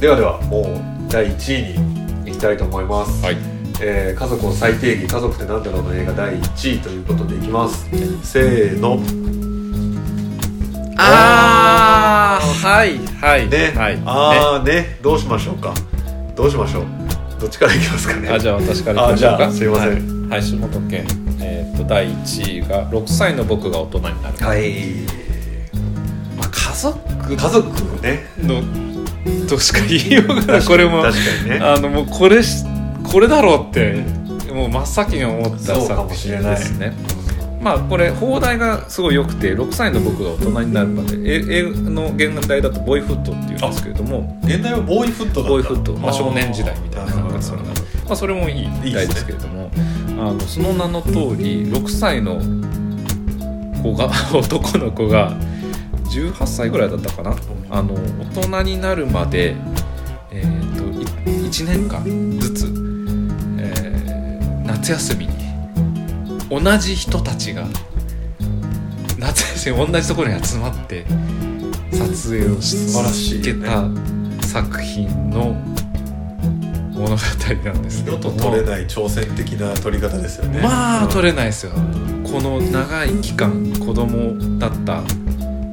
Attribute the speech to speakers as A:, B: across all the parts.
A: ではではもう第1位に行きたいと思います、
B: はい
A: えー家族を再定義家族ってなんだろうの映画第1位ということでいきますせーの
B: あーはいはい
A: ね、
B: はいね
A: ああねどうしましょうかどうしましょうどっちからいきますかね
B: あじゃあ私からいきましょう
A: あ
B: か
A: じゃあすいません
B: はい、はい、下本県えー、と第1位が6歳の僕が大人になる、
A: はい
B: まあ、家
A: 家
B: 族
A: 族ね
B: のとしか言いようがないこれも
A: 確かにね
B: あのもうこれしこれだろうってもう真っ先に思った
A: そうかも
B: 作
A: し
B: 品
A: れない
B: ですねまあこれ放題がすごい良くて6歳の僕が大人になるまでえ映画の現代だと「ボーイフット」っていうんですけれども
A: 現代はボーイフットだった
B: ボーイフット、まあ、少年時代みたいななん
A: あ
B: か
A: ー
B: それなのまあ、それもいい
A: いい
B: 時
A: ですね
B: 代ですけれどもあのその名の通り6歳の子が男の子が18歳ぐらいだったかなあの大人になるまで、えー、と1年間ずつ、えー夏休みに同じ人たちが夏休み同じところに集まって撮影をし
A: 素晴らしい
B: 続けた作品の物語なんです
A: 二
B: けど
A: 度
B: も
A: と取れない挑戦的な取り方ですよね
B: まあ取
A: れ
B: れないですよこの長い期間子供だった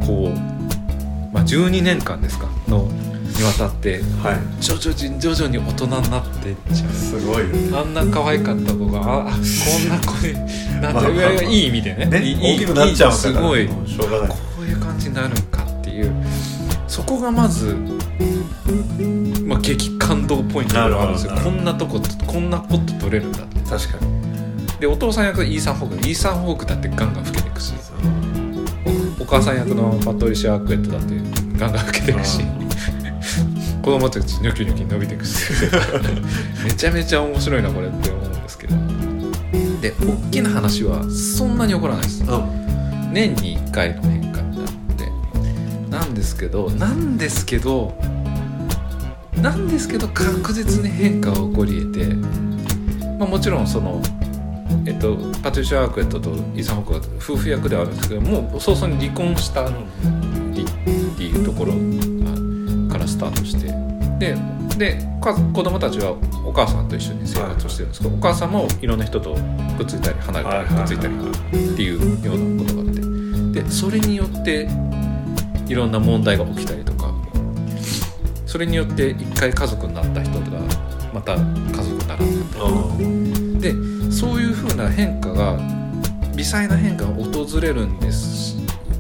B: こう、まあ、12年間ですかのにわたって
A: はい
B: 徐々に徐々に大人になってっちゃう
A: すごいよね
B: あんな可愛かった子がああこんな子にな
A: まあまあ
B: っていやいやいい意味でね
A: ね
B: いい
A: 大きくなっちゃうんだから
B: すごい
A: もうしょうがない
B: こういう感じになるんかっていうそこがまず、まあ、激感動ポイントではあるんですよ
A: なる
B: こ
A: ほど
B: んなとここんなポット取れるんだって
A: 確かに
B: でお父さん役はイーサン・ホークイーサン・ホークだってガンガン老けていくしおお母さん役のパトリシア・アクエットだってガンガン老けていくし
A: う
B: 子供たちニョキニョキ伸びていくし めちゃめちゃ面白いなこれって思うんですけどで大きな話はそんなに起こらないです
A: うん
B: 年に1回の変化になってなんですけどなんですけどなんですけど確実に変化は起こり得て、まあ、もちろんその、えっと、パトリシア・アークエットとイーサン・ホークは夫婦役ではあるんですけどもう早々に離婚したりっていうところまあからスタートしてででか子供たちはお母さんと一緒に生活をしてるんですけど、お母さんもいろんな人とくっついたり離れたりくっついたりっていうようなことがあってでそれによっていろんな問題が起きたりとかそれによって一回家族になった人がまた家族にならなかったりとか
A: うん
B: そういうふうな変化が微細な変化が訪れるんですし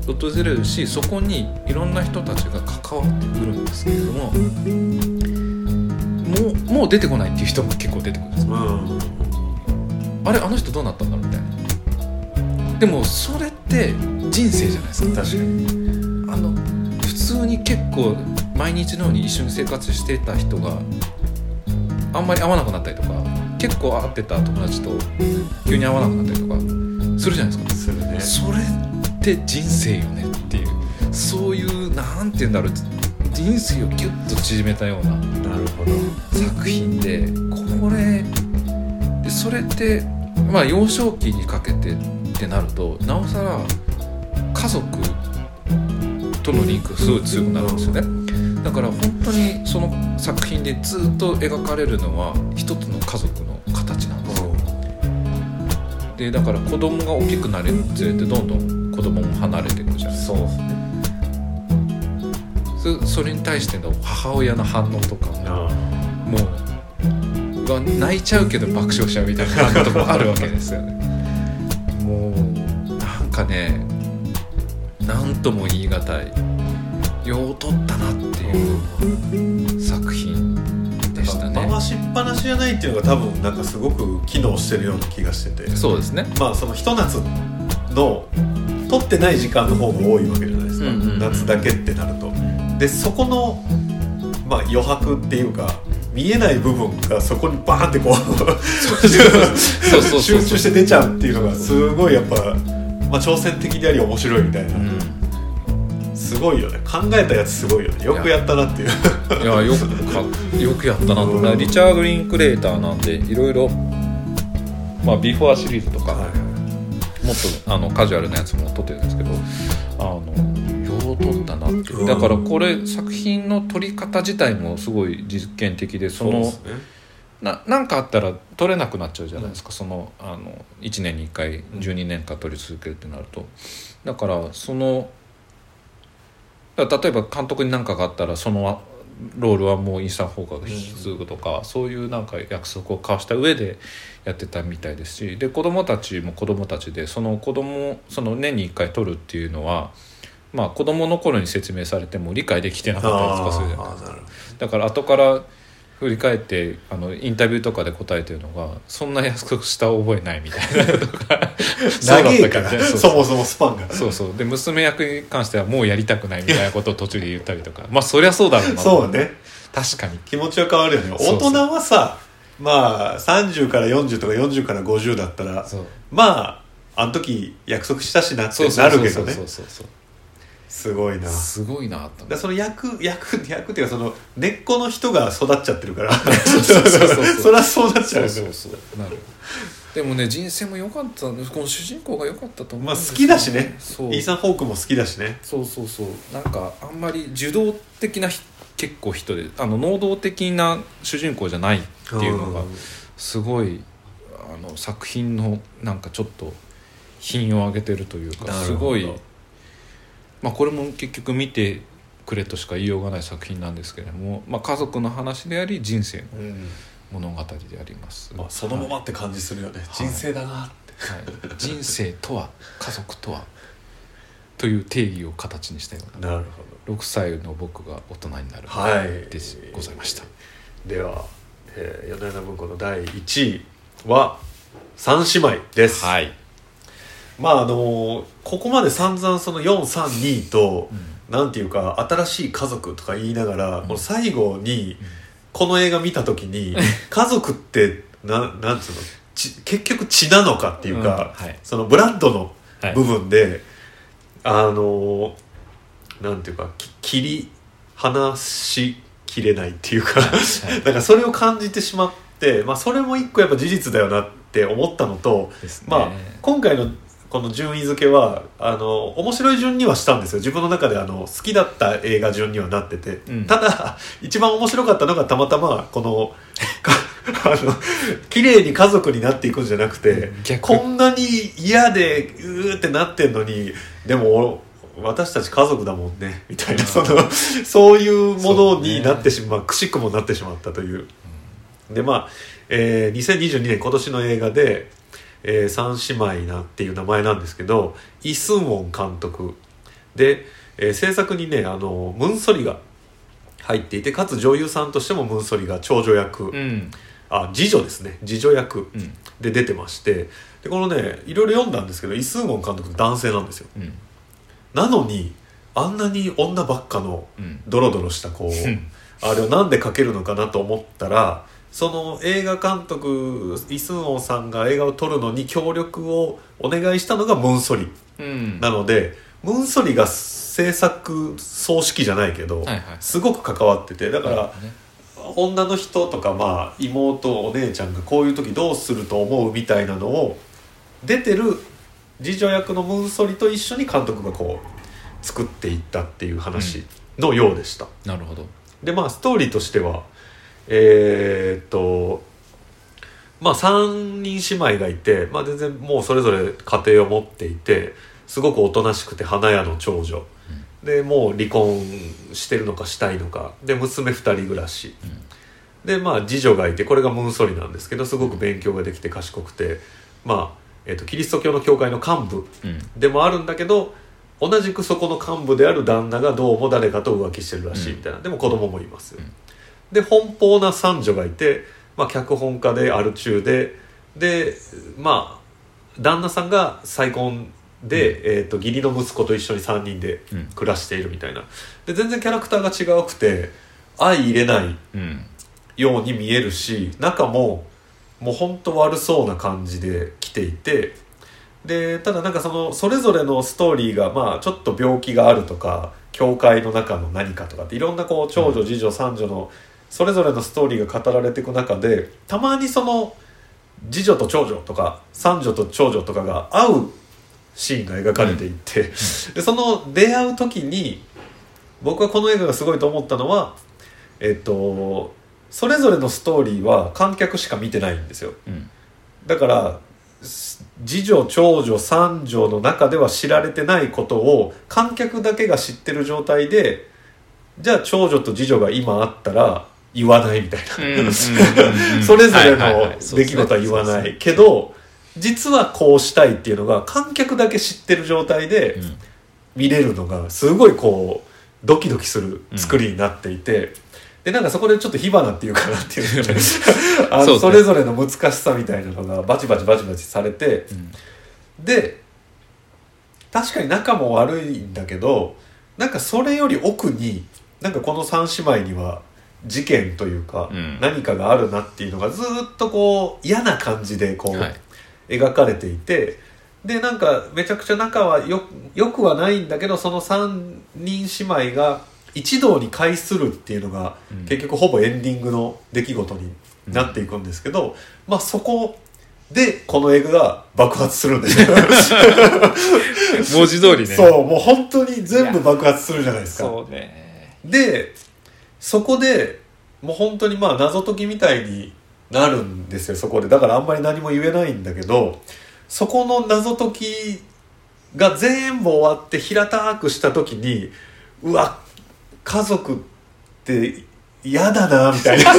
B: 訪れるしそこにいろんな人たちが関わってくるんですけれどももうもう出てこないっていう人も結構出てくるんです
A: うん
B: あれあの人どうなったんだろうみたいなでもそれって人生じゃないですか
A: 確かに
B: あの普通に結構毎日のように一緒に生活してた人があんまり会わなくなったりとか結構会ってた友達と急に会わなくなったりとかするじゃないですか
A: するね
B: それって人生よねっていうそういうなんて言うんだろう人生をギュッと縮めたような
A: なるほど
B: 作品でこれでそれってまあ幼少期にかけてってなるとなおさら家族とのリンクがすごい強くなるんですよねだから本当にその作品でずっと描かれるのは一つの家族の形なんですよでだから子供が大きくなるにつれてどんどん子供も離れていくじゃないです
A: そうですね
B: かそそれに対しての母親の反応とかももううわ泣いちゃうけど爆笑しちゃうみたいなこともあるわけですよねもうなんかね何とも言い難いよう撮ったなっていう作品でしたね
A: 回しっぱなしじゃないっていうのが多分なんかすごく機能してるような気がしてて
B: そうですね
A: まあそのひと夏の取ってない時間の方が多いわけじゃないですか、
B: うんうんうん
A: 夏だけってなるとでそこの、まあ、余白っていうか見えない部分がそこにバーンってこう
B: そうそうそ う
A: 集中して出ちゃうっていうのがすごいやっぱ、まあ、挑戦的であり面白いみたいな、
B: うん
A: すごいよね考えたやつすごいよねよくやったなっていう
B: いやよくかよくやったなとだからリチャード・リンクレーターなんでいろいろまあビフォーシリーズとか、もっとあのカジュアルなやつも撮ってるんですけどあのよう撮ったなって
A: うん
B: だからこれ作品の撮り方自体もすごい実験的でそ
A: そう
B: の
A: ですね
B: ななんかあったら撮れなくなっちゃうじゃないですか、そのあの1年に1回12年間撮り続けるってなるとだからそのだから例えば監督に何かがあったらそのロールはもうインスタンフォーカス引き継ぐとか、そういうなんか約束を交わした上でやってたみたいですしで子供たちも子供たちでその子供その年に1回撮るっていうのは。まあ子供の頃に説明されても理解できてなかったりとかするじゃないですか
A: あーなるほ
B: だから後から振り返ってあのインタビューとかで答えてるのがそんな約束した覚えないみたいなとか
A: ど長いから
B: そうだったっけみたい な
A: そ
B: そうそう
A: もそもスパンが
B: そうそうで娘役に関してはもうやりたくないみたいなことを途中で言ったりとかまあそりゃそうだろうな
A: そうね
B: 確かに
A: 気持ちは変わるよね
B: そうそ
A: 大
B: う
A: 人はさまあ30から40とか40から50だったら
B: そう
A: まああの時約束したしなって
B: そうそ
A: な
B: うそ
A: る
B: う
A: け
B: そ
A: ど
B: う
A: ね
B: そうそうそう
A: すごいなだか
B: すごいなと
A: ら
B: 思って
A: その役役役っていうかその根っこの人が育っちゃってるから
B: そうそうそうそう
A: そりゃそうなっちゃう
B: そ
A: よ
B: う
A: ね
B: そうそうなるでもね人生も良かったんですこの主人公が良かったと思うん
A: まあ
B: です
A: 好
B: よ
A: きだしね
B: そう
A: イーサン・ホークも好きだしね
B: そうそうそうなんかあんまり受動的なひ結構人であの能動的な主人公じゃないっていうのが
A: ん
B: すごいあの作品のなんかちょっと品を上げてるというか
A: なる
B: す
A: ほど
B: ごい、まあ、これも結局見てくれとしか言いようがない作品なんですけれども、まあ、家族の話であり人生の
A: うん
B: 物語であります、
A: まあそのままって感じするよね人生だなって
B: はい、人生とは家族とはという定義を形にしたような
A: なるほど
B: 6歳の僕が大人になる
A: はい
B: でございました
A: では、えー、米山文庫の第1位は三姉妹です、
B: はい、
A: まああのーここまで散々その432と、なんていうか新しい家族とか言いながら、
B: うん
A: この最後にこの映画見た時に家族ってななんつうのち結局血なのかっていうか、
B: うんはい
A: そのブラッドの
B: はい
A: 部分で、あのーなんていうかき切り離しきれないっていうか だからそれを感じてしまって、まあ、それも一個やっぱ事実だよなって思ったのと、
B: ですね
A: まあ、今回のこの順位付けはあの面白い順にはしたんですよ自分の中であの好きだった映画順にはなってて、
B: うん
A: ただ一番面白かったのがたまたまこの かあの綺麗に家族になっていくんじゃなくて
B: 逆
A: こんなに嫌でうーってなってんのにでも私たち家族だもんねみたいな、
B: うん
A: そのそういうもの
B: そう
A: に
B: ね
A: なってしまう、くしくもなってしまったという。でまあ、えー2022年今年の映画で「えー三姉妹な」っていう名前なんですけどイ・スンウォン監督で、えー制作にねあのムンソリが入っていてかつ女優さんとしてもムンソリが長女役、
B: うん
A: あ次女ですね次女役
B: うん
A: で出てましてでこのねいろいろ読んだんですけどイ・スンウォン監督男性なんですよ
B: うん
A: なのにあんなに女ばっかの
B: うん
A: ドロドロしたこう
B: うん
A: あれをなんで描けるのかなと思ったらその映画監督イ・スンオンさんが映画を撮るのに協力をお願いしたのがムンソリ
B: うん
A: なのでムンソリが制作総指揮じゃないけど、
B: はいはい
A: すごく関わっててだから、
B: ね
A: 女の人とか、まあ、妹お姉ちゃんがこういう時どうすると思うみたいなのを出てる次女役のムンソリと一緒に監督がこう作っていったっていう話のようでした。
B: なるほど
A: でまあストーリーとしてはえーっとまあ3人姉妹がいて、まあ、全然もうそれぞれ家庭を持っていてすごくおとなしくて花屋の長女、でもう離婚してるのかしたいのかで娘2人暮らし、でまあ次女がいてこれがムンソリなんですけどすごく勉強ができて賢くてまあ、えーっとキリスト教の教会の幹部
B: うん
A: でもあるんだけど同じくそこの幹部である旦那がどうも誰かと浮気してるらしいみたいな、でも子供もいます、
B: ん
A: で奔放な三女がいて、まあ、脚本家でアル中ででまあ旦那さんが再婚で、えー、と義理の息子と一緒に3人で
B: うん
A: 暮らしているみたいなで全然キャラクターが違くて相入れない
B: うん
A: ように見えるし中ももうほんと悪そうな感じで来ていてでただなんかそのそれぞれのストーリーがまあちょっと病気があるとか教会の中の何かとかっていろんなこう長女次女三女のそれぞれのストーリーが語られていく中でたまにその次女と長女とか三女と長女とかが会うシーンが描かれていて、でその出会う時に僕はこの映画がすごいと思ったのはえっとそれぞれのストーリーは観客しか見てないんですよ
B: うん
A: だからす次女長女三女の中では知られてないことを観客だけが知ってる状態でじゃあ長女と次女が今あったら言わないみたいな、
B: うんうんうんうん
A: それぞれ
B: はいはいは
A: の
B: い
A: 出来事は言わ
B: そう
A: な
B: です
A: い
B: ね
A: けど実はこうしたいっていうのが観客だけ知ってる状態で
B: うん
A: 見れるのがすごいこうドキドキする作りになっていて、でなんかそこでちょっと火花っていうかなっていう あの
B: そうですね
A: それぞれの難しさみたいなのがバチバチバチバチされてで確かに仲も悪いんだけどなんかそれより奥になんかこの3姉妹には事件というか、
B: うん
A: 何かがあるなっていうのがずーっとこう嫌な感じでこ
B: う
A: う、
B: んはい
A: 描かれていてでなんかめちゃくちゃ仲はよよくはないんだけどその3人姉妹が一堂に会するっていうのが、
B: うん
A: 結局ほぼエンディングの出来事になっていくんですけど、まあそこでこの映画が爆発するんですよ
B: 文字通りね
A: そうもう本当に全部爆発するじゃないですか
B: そうね
A: でそこでもう本当にまあ謎解きみたいになるんですよそこでだからあんまり何も言えないんだけどそこの謎解きが全部終わって平たくした時にうわ家族って嫌だなみたいな
B: いや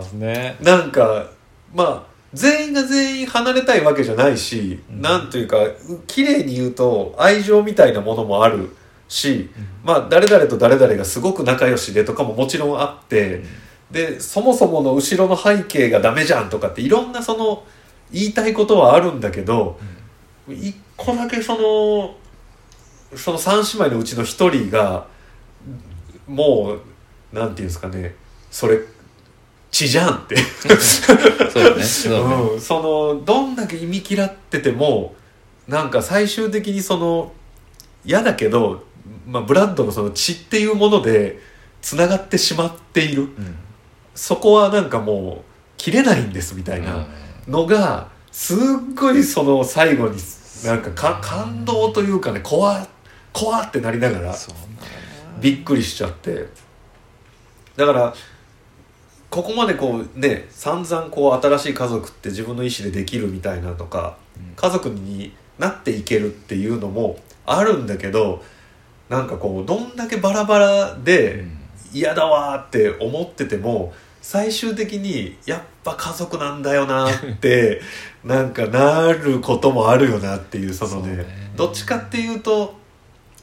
B: ーね
A: なんかまあ全員が全員離れたいわけじゃないし、
B: うん
A: なんというかう綺麗に言うと愛情みたいなものもあるし、まあ誰々と誰々がすごく仲良しでとかももちろんあって、でそもそもの後ろの背景がダメじゃんとかっていろんなその言いたいことはあるんだけど一個だけそのその3姉妹のうちの一人がもうなんていうんですかねそれ血じゃんって
B: そうねそうね
A: うん、そのどんだけ忌み嫌っててもなんか最終的にその嫌だけど、まあ、ブラッドのその血っていうものでつながってしまっている
B: うん
A: そこはなんかもう切れないんですみたいなのがすっごいその最後になんかか感動というかね怖怖ってなりながら
B: そうなんだよ
A: びっくりしちゃってだからここまでこうね散々こう新しい家族って自分の意思でできるみたいなとか
B: うん
A: 家族になっていけるっていうのもあるんだけどなんかこうどんだけバラバラで嫌だわーって思ってても最終的にやっぱ家族なんだよなーって なんかなることもあるよなっていうそのね
B: そうね
A: どっちかっていうと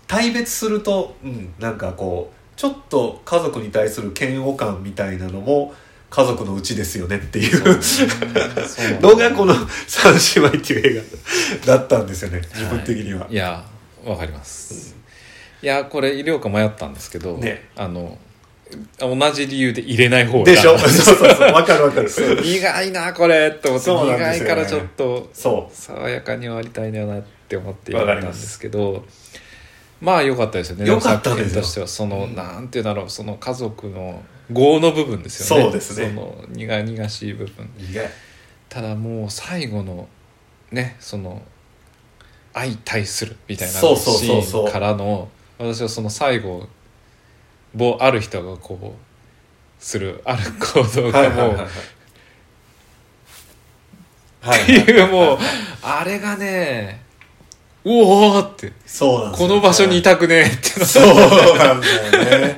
A: 対別すると、うん、なんかこうちょっと家族に対する嫌悪感みたいなのも家族のうちですよねっていう
B: うんそうね
A: のがこの「三姉妹」っていう映画だったんですよね自分的には。
B: いやわかります、いやこれ入れようか迷ったんですけど、
A: ね
B: あの同じ理由で入れない方が
A: でし ょ そうそうそうわかるわかる。
B: そう苦いなこれと思って、
A: そうなんで
B: 苦
A: す
B: い
A: よね
B: からちょっと
A: そ
B: 爽やかに終わりたいなって思ってい
A: わか
B: たん
A: り
B: で
A: ます
B: すけどまあ良かったですよね
A: 良かったですよ
B: 作品としてはそ
A: う
B: の、
A: ん
B: なんていうんだろうその家族の業の部分ですよね
A: そうですね
B: その苦々しい部分
A: う意外
B: ただもう最後のねその相対するみたいなシ
A: そうそうそうそう
B: ーンからの私はその最後某ある人がこうするある行動
A: はい
B: が
A: はいはい
B: も
A: は
B: う
A: い
B: っていうもうあれがねおおって
A: そうなんです
B: こ
A: よ
B: の場所にいたくねえってな
A: そうなんだよね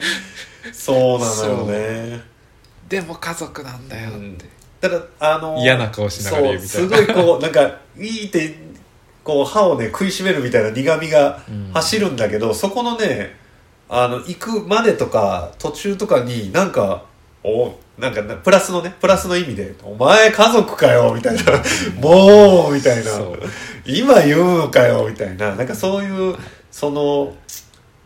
A: そうなのよね
B: でも家族なんだよって、
A: うんただあの
B: 嫌な顔しながら言うみたいな
A: そうすごいこうなんかいいってこう歯をね食いしめるみたいな苦みが
B: うん
A: 走るんだけど、そこのねあの行くまでとか途中とかになんかおなんかなプラスのねプラスの意味で「お前家族かよ」みたいな「もう」みたいな
B: そう
A: 今言うのかよみたいななんかそういうその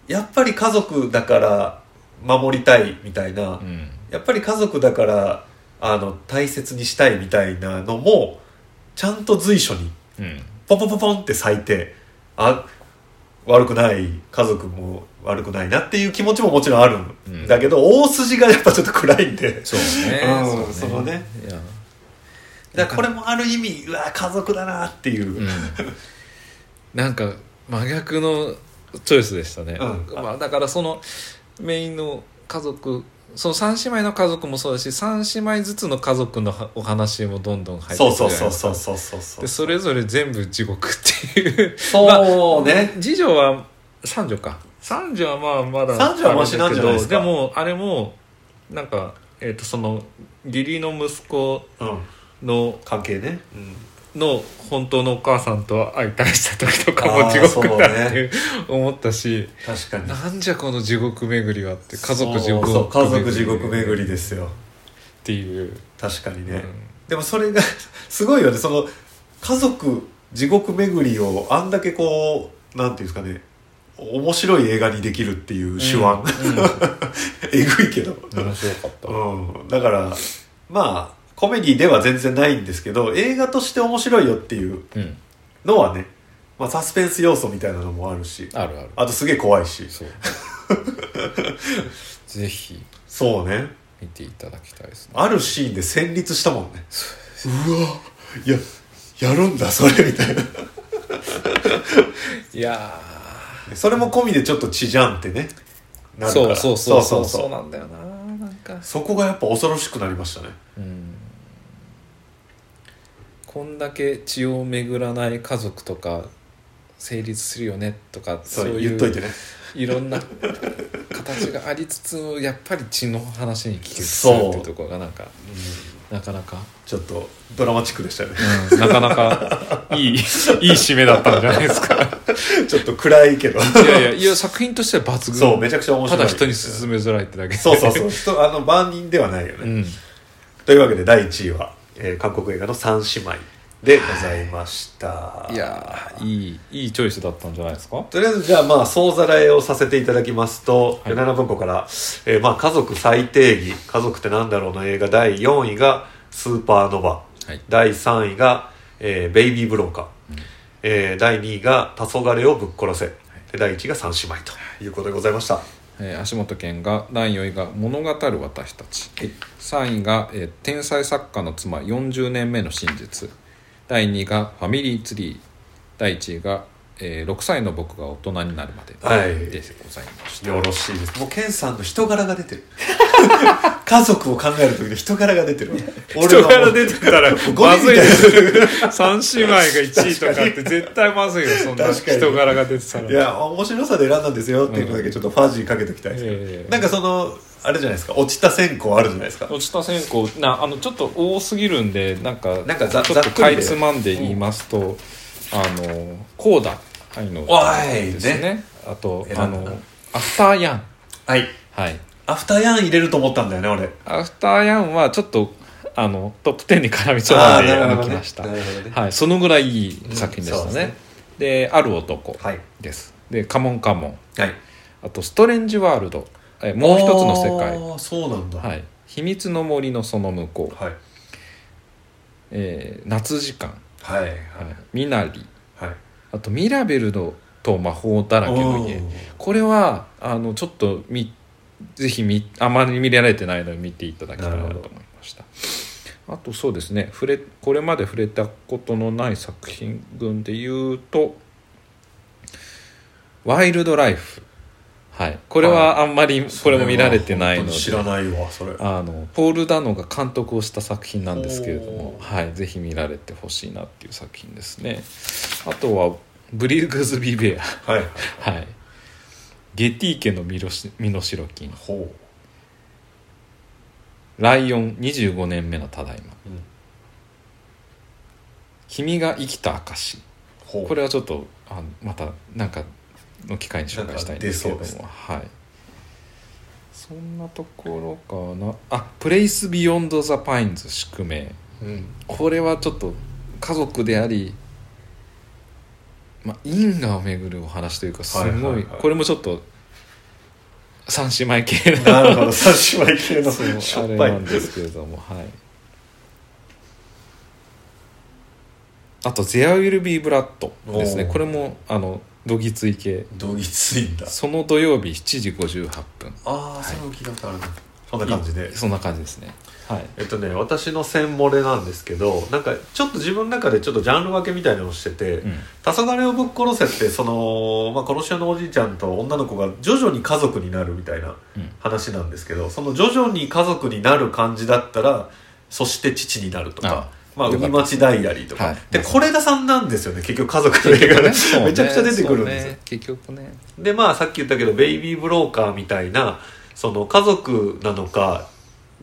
A: やっぱり家族だから守りたいみたいな
B: うん
A: やっぱり家族だからあの大切にしたいみたいなのもちゃんと随所に
B: うん
A: ポポポポンって咲いてあ悪くない家族も悪くないなっていう気持ちももちろんあるんだけど、大筋がやっぱちょっと暗いんで
B: そうね
A: うんそ
B: そ
A: う
B: ね
A: のね
B: いや
A: だからこれもある意味うわ家族だなっていう、
B: うんなんか真逆のチョイスでしたね、
A: うん
B: まあ、だからそのメインの家族その3姉妹の家族もそうだし3姉妹ずつの家族のはお話もどんどん入って
A: そう
B: くる
A: そう
B: じゃない
A: そうそう
B: ですか
A: そうそうそう
B: でそれぞれ全部地獄っていう
A: そうね、
B: 次女は三女か三女はまあまだ
A: 三女はマシなんじゃないですか
B: あれだけどでもあれもなんかえっ、とその義理の息子
A: うん、
B: の
A: 関係ね、うん、
B: の本当のお母さんと相対した時とかも地獄だっていう思ったし、
A: 確かに
B: なんじゃこの地獄巡りはって家族地
A: そう
B: 獄
A: そう家族地獄
B: りっ
A: 巡りですよ
B: ていう、
A: 確かにね、
B: うん
A: でもそれが すごいよねその家族地獄巡りをあんだけこうなんていうんですかね面白い映画にできるっていう手腕、 えぐいけど、
B: うん面白かった、
A: うん、だからまあコメディでは全然ないんですけど映画として面白いよっていう
B: うん、
A: のはね、まあ、サスペンス要素みたいなのもあるし
B: あるある
A: あとすげえ怖いし
B: そう ぜひ
A: そうね
B: 見ていただきたいですね
A: あるシーンで戦慄したもんねうわいややるんだそれみたいない
B: や
A: それも込みでちょっと血じゃんってね
B: ー
A: なるか
B: そう
A: ら
B: そうそう
A: そ
B: そうう
A: そう
B: そう
A: そう
B: なんだよななんか
A: そこがやっぱ恐ろしくなりましたね
B: うんこんだけ血を巡らない家族とか成立するよねとか
A: そ
B: そう
A: れ
B: い
A: 言っといて
B: う
A: ね
B: いろんな形がありつつもやっぱり血の話に聞
A: そう
B: くっていうところがなんかなかなか、
A: ちょっとドラマチックでしたよね
B: うん、なかなかいいいい締めだったんじゃないですか
A: ちょっと暗いけど
B: いやいやいや作品としては抜群
A: そうめちゃくちゃ面白
B: た
A: い
B: だ人に勧めづらいってだけ
A: そうそうそう人あの万人ではないよね、
B: うん
A: というわけで第1位は、えー韓国映画の「三姉妹」でございました
B: いやーいいいいチョイスだったんじゃないですか
A: とりあえずじゃあまあ総ざらいをさせていただきますと、
B: はい
A: 7分後から、えーまあ家族最定義家族ってなんだろうの映画第4位がスーパーノヴァ
B: はい
A: 第3位が、えーベイビー・ブローカー、えー第2位が黄昏をぶっ殺せ、で第1位が三姉妹ということでございました、
B: えー足元健が第4位が「物語る私たち」3位が、えー天才作家の妻40年目の真実」第2位が「ファミリーツリー」第1位が、えー6歳の僕が大人になるまで」
A: はい
B: でございました、
A: よろしいですもうケンさんの人柄が出てる家族を考える時の人柄が出てるわ
B: 人
A: はもう
B: から出てたら
A: ゴ
B: ま
A: ミみ
B: ず
A: た
B: い
A: い
B: で
A: な
B: す3姉妹が1位とかって絶対まずいよそんな
A: 確かに
B: 人柄が出てたら
A: いや面白さで選んだんですよっていうのだけちょっとファジーかけときたいですけど、
B: ええ
A: なんかそのあれじゃないですか落ちた線香あるじゃないですか
B: 落ちた線香なあのちょっと多すぎるんでなんか
A: なんかざ
B: ちょっ
A: ざっ
B: と
A: くり
B: か
A: で
B: いつまんで言いますと、あのコーダ愛の
A: わーい
B: ですね
A: ね
B: あと
A: 選んだ
B: あ
A: な
B: のアフターヤン
A: はい
B: はい
A: アフターヤン入れると思ったんだよね俺
B: アフターヤンはちょっとあのトップ10に絡みそうなんで抜きました、
A: なるほどね
B: はい、そのぐらいいい作品でした
A: うんそうですね
B: ね,、で「ある男
A: はい」
B: です、で「カモンカモン
A: はい」
B: あと「ストレンジワールド」えもう一つの世界
A: ああそうなんだ、
B: はいい「秘密の森のその向こう」
A: はい
B: えー夏時間、
A: はいはい
B: ミナリ
A: はい
B: あとミラベルのと魔法だらけの家
A: おー
B: これはあのちょっとみぜひみあまり見られてないので見ていただきたいな
A: な
B: と
A: るほ
B: 思
A: ど
B: いましたあとそうですね触れこれまで触れたことのない作品群で言うと「ワイルドライフ」はいこれはあんまりこれも見られてないので
A: それは本当に知らないわそれ
B: あのポール・ダノが監督をした作品なんですけれども
A: お、
B: はい、ぜひ見られてほしいなっていう作品ですねあとはブリグズ・ビーベ
A: はい
B: ア、 はい、ゲティ家の身代金
A: ほ
B: ライオン25年目のただいま
A: う、うん、
B: 君が生きた証
A: ほう
B: これはちょっとあのまたなんかの機会に紹介したいんですけれど
A: なんか出
B: も、はい、そんなところかなあプレイス・ビヨンド・ザ・パインズ宿命
A: うん
B: これはちょっと家族であり、まあ、因果を巡るお話というかすごい,、
A: はいはいはい
B: これもちょっと三姉妹系
A: な
B: な
A: るほど三姉妹系の
B: そう
A: しょ
B: あ
A: っ
B: れ
A: ぱい
B: なんですけれどもはいあと「ゼアウィルビーブラッドですね
A: おー
B: これもあのどぎつい系
A: どぎついんだ
B: その土曜日7時58分
A: ああ、それも聞いたことあるなそんな感じで
B: そんな感じですねはい
A: えっとね私の線漏れなんですけどなんかちょっと自分の中でちょっとジャンル分けみたいなのをしてて
B: うん
A: 「黄昏をぶっ殺せ」ってその、まあ、殺し屋のおじいちゃんと女の子が徐々に家族になるみたいな
B: うん
A: 話なんですけどその徐々に家族になる感じだったら「そして父になる」とか「まあ、
B: よかった
A: 海町ダイアリー」とか、
B: はい
A: で是枝さんなんですよね結局家族の映画が、 めちゃくちゃ出てくるんですよ、
B: 結局ね
A: でまあさっき言ったけどベイビーブローカーみたいなその家族なのか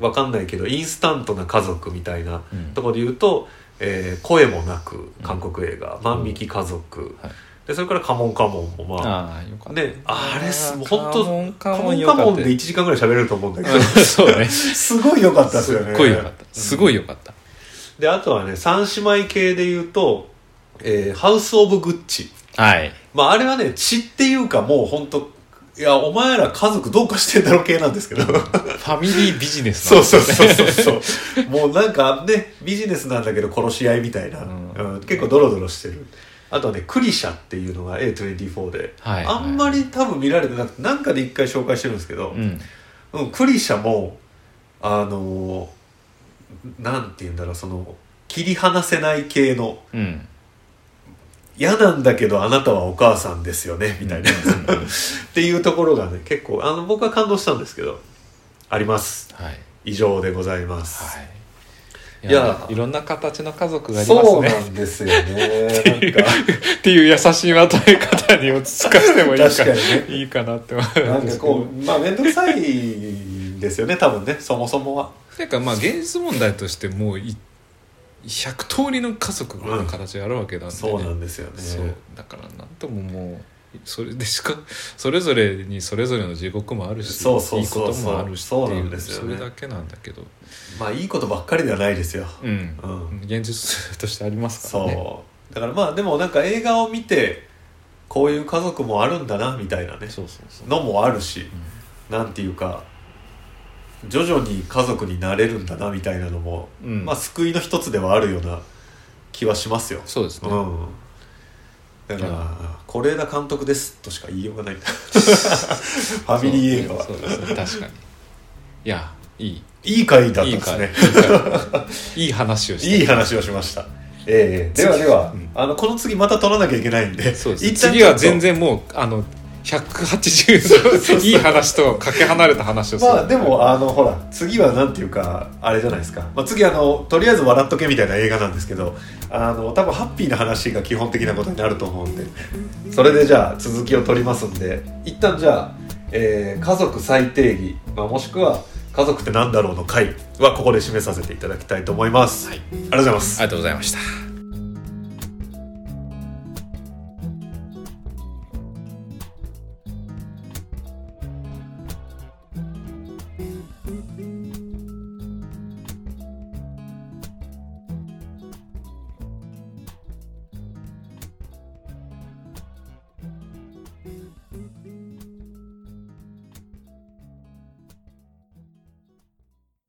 A: わかんないけどインスタントな家族みたいな
B: うん
A: ところで言うと、えー声もなく韓国映画「万引き家族」
B: はい
A: でそれから「カモンカモン」もまあ
B: ああよかった
A: ねあれすもう本当
B: カモン
A: カ
B: カ
A: モ
B: モン
A: ン
B: よ
A: カ
B: かった
A: モン」で1時間ぐらい喋れると思うんだけど
B: そうね
A: すごい良かったです
B: す
A: よ
B: っ
A: ね
B: ごいよかったすごいよかった
A: であとはね三姉妹系で言うと「えーハウス・オブ・グッチ」
B: はい
A: まああれはね血っていうかもう本当いやお前ら家族どうかしてんだろう系なんですけど
B: ファミリービジネス
A: そ
B: な
A: うんそうそうそうそう もうなんかねビジネスなんだけど殺し合いみたいな、
B: うん
A: うん結構ドロドロしてるあとはねクリシャっていうのが A24 で、
B: はい
A: あんまり多分見られてなくてなんかで一回紹介してるんですけど、
B: うん
A: うん、クリシャもあのーなんて言うんだろうその切り離せない系の
B: うん
A: 嫌なんだけどあなたはお母さんですよねみたいな、
B: うんうん
A: っていうところがね結構あの僕は感動したんですけどあります
B: はい
A: 以上でございます、
B: はいい
A: い
B: や
A: や
B: いろんな形の家族がありますね
A: んですよねなんか
B: っていう優しいまとめ方に落ち着かせてもいいか
A: 確かにね
B: いいかなって思うんですけど
A: うまあ面倒くさいんですよね多分ねそもそもは
B: てかまあ現実問題としてもうい100通りの家族の形があるわけなんで、ね
A: そうなんですよね
B: そうだからなんとももうそれでしかそれぞれにそれぞれの地獄もあるし
A: そうそうそうそう
B: いいこともあるしって
A: そう
B: い
A: なん
B: う
A: ですよ
B: そ
A: ね
B: れだけなんだけど
A: まあいいことばっかりではないですよ、
B: うん、
A: うん
B: 現実としてありますから
A: そう、
B: ね
A: だからまあでもなんか映画を見てこういう家族もあるんだなみたいなね
B: そうそうそう
A: のもあるし、なんていうか徐々に家族になれるんだなみたいなのも、
B: うん
A: まあ救いの一つではあるような気はしますよ
B: そうですね、
A: うんだか
B: い
A: ら「是枝監督です」としか言いようが ないファミリー映画は
B: そうですねそうですね確かにいやいい
A: いい回だったん
B: いい
A: です
B: か
A: ね
B: いい話をし
A: い
B: た
A: い話をしましたええではでは、
B: うん
A: あのこの次また撮らなきゃいけないんで
B: そうです
A: 一旦
B: 次は
A: ちょっと
B: 全然もうあの180度いい話とはかけ離れた話をする
A: まあでもあのほら次はなんていうかあれじゃないですか、まあ、次あのとりあえず笑っとけみたいな映画なんですけどあの多分ハッピーな話が基本的なことになると思うんでそれでじゃあ続きを取りますんで一旦じゃあ、えー家族再定義、まあ、もしくは家族ってなんだろうの回はここで締めさせていただきたいと思います、
B: はい
A: ありがとうございます
B: ありがとうございました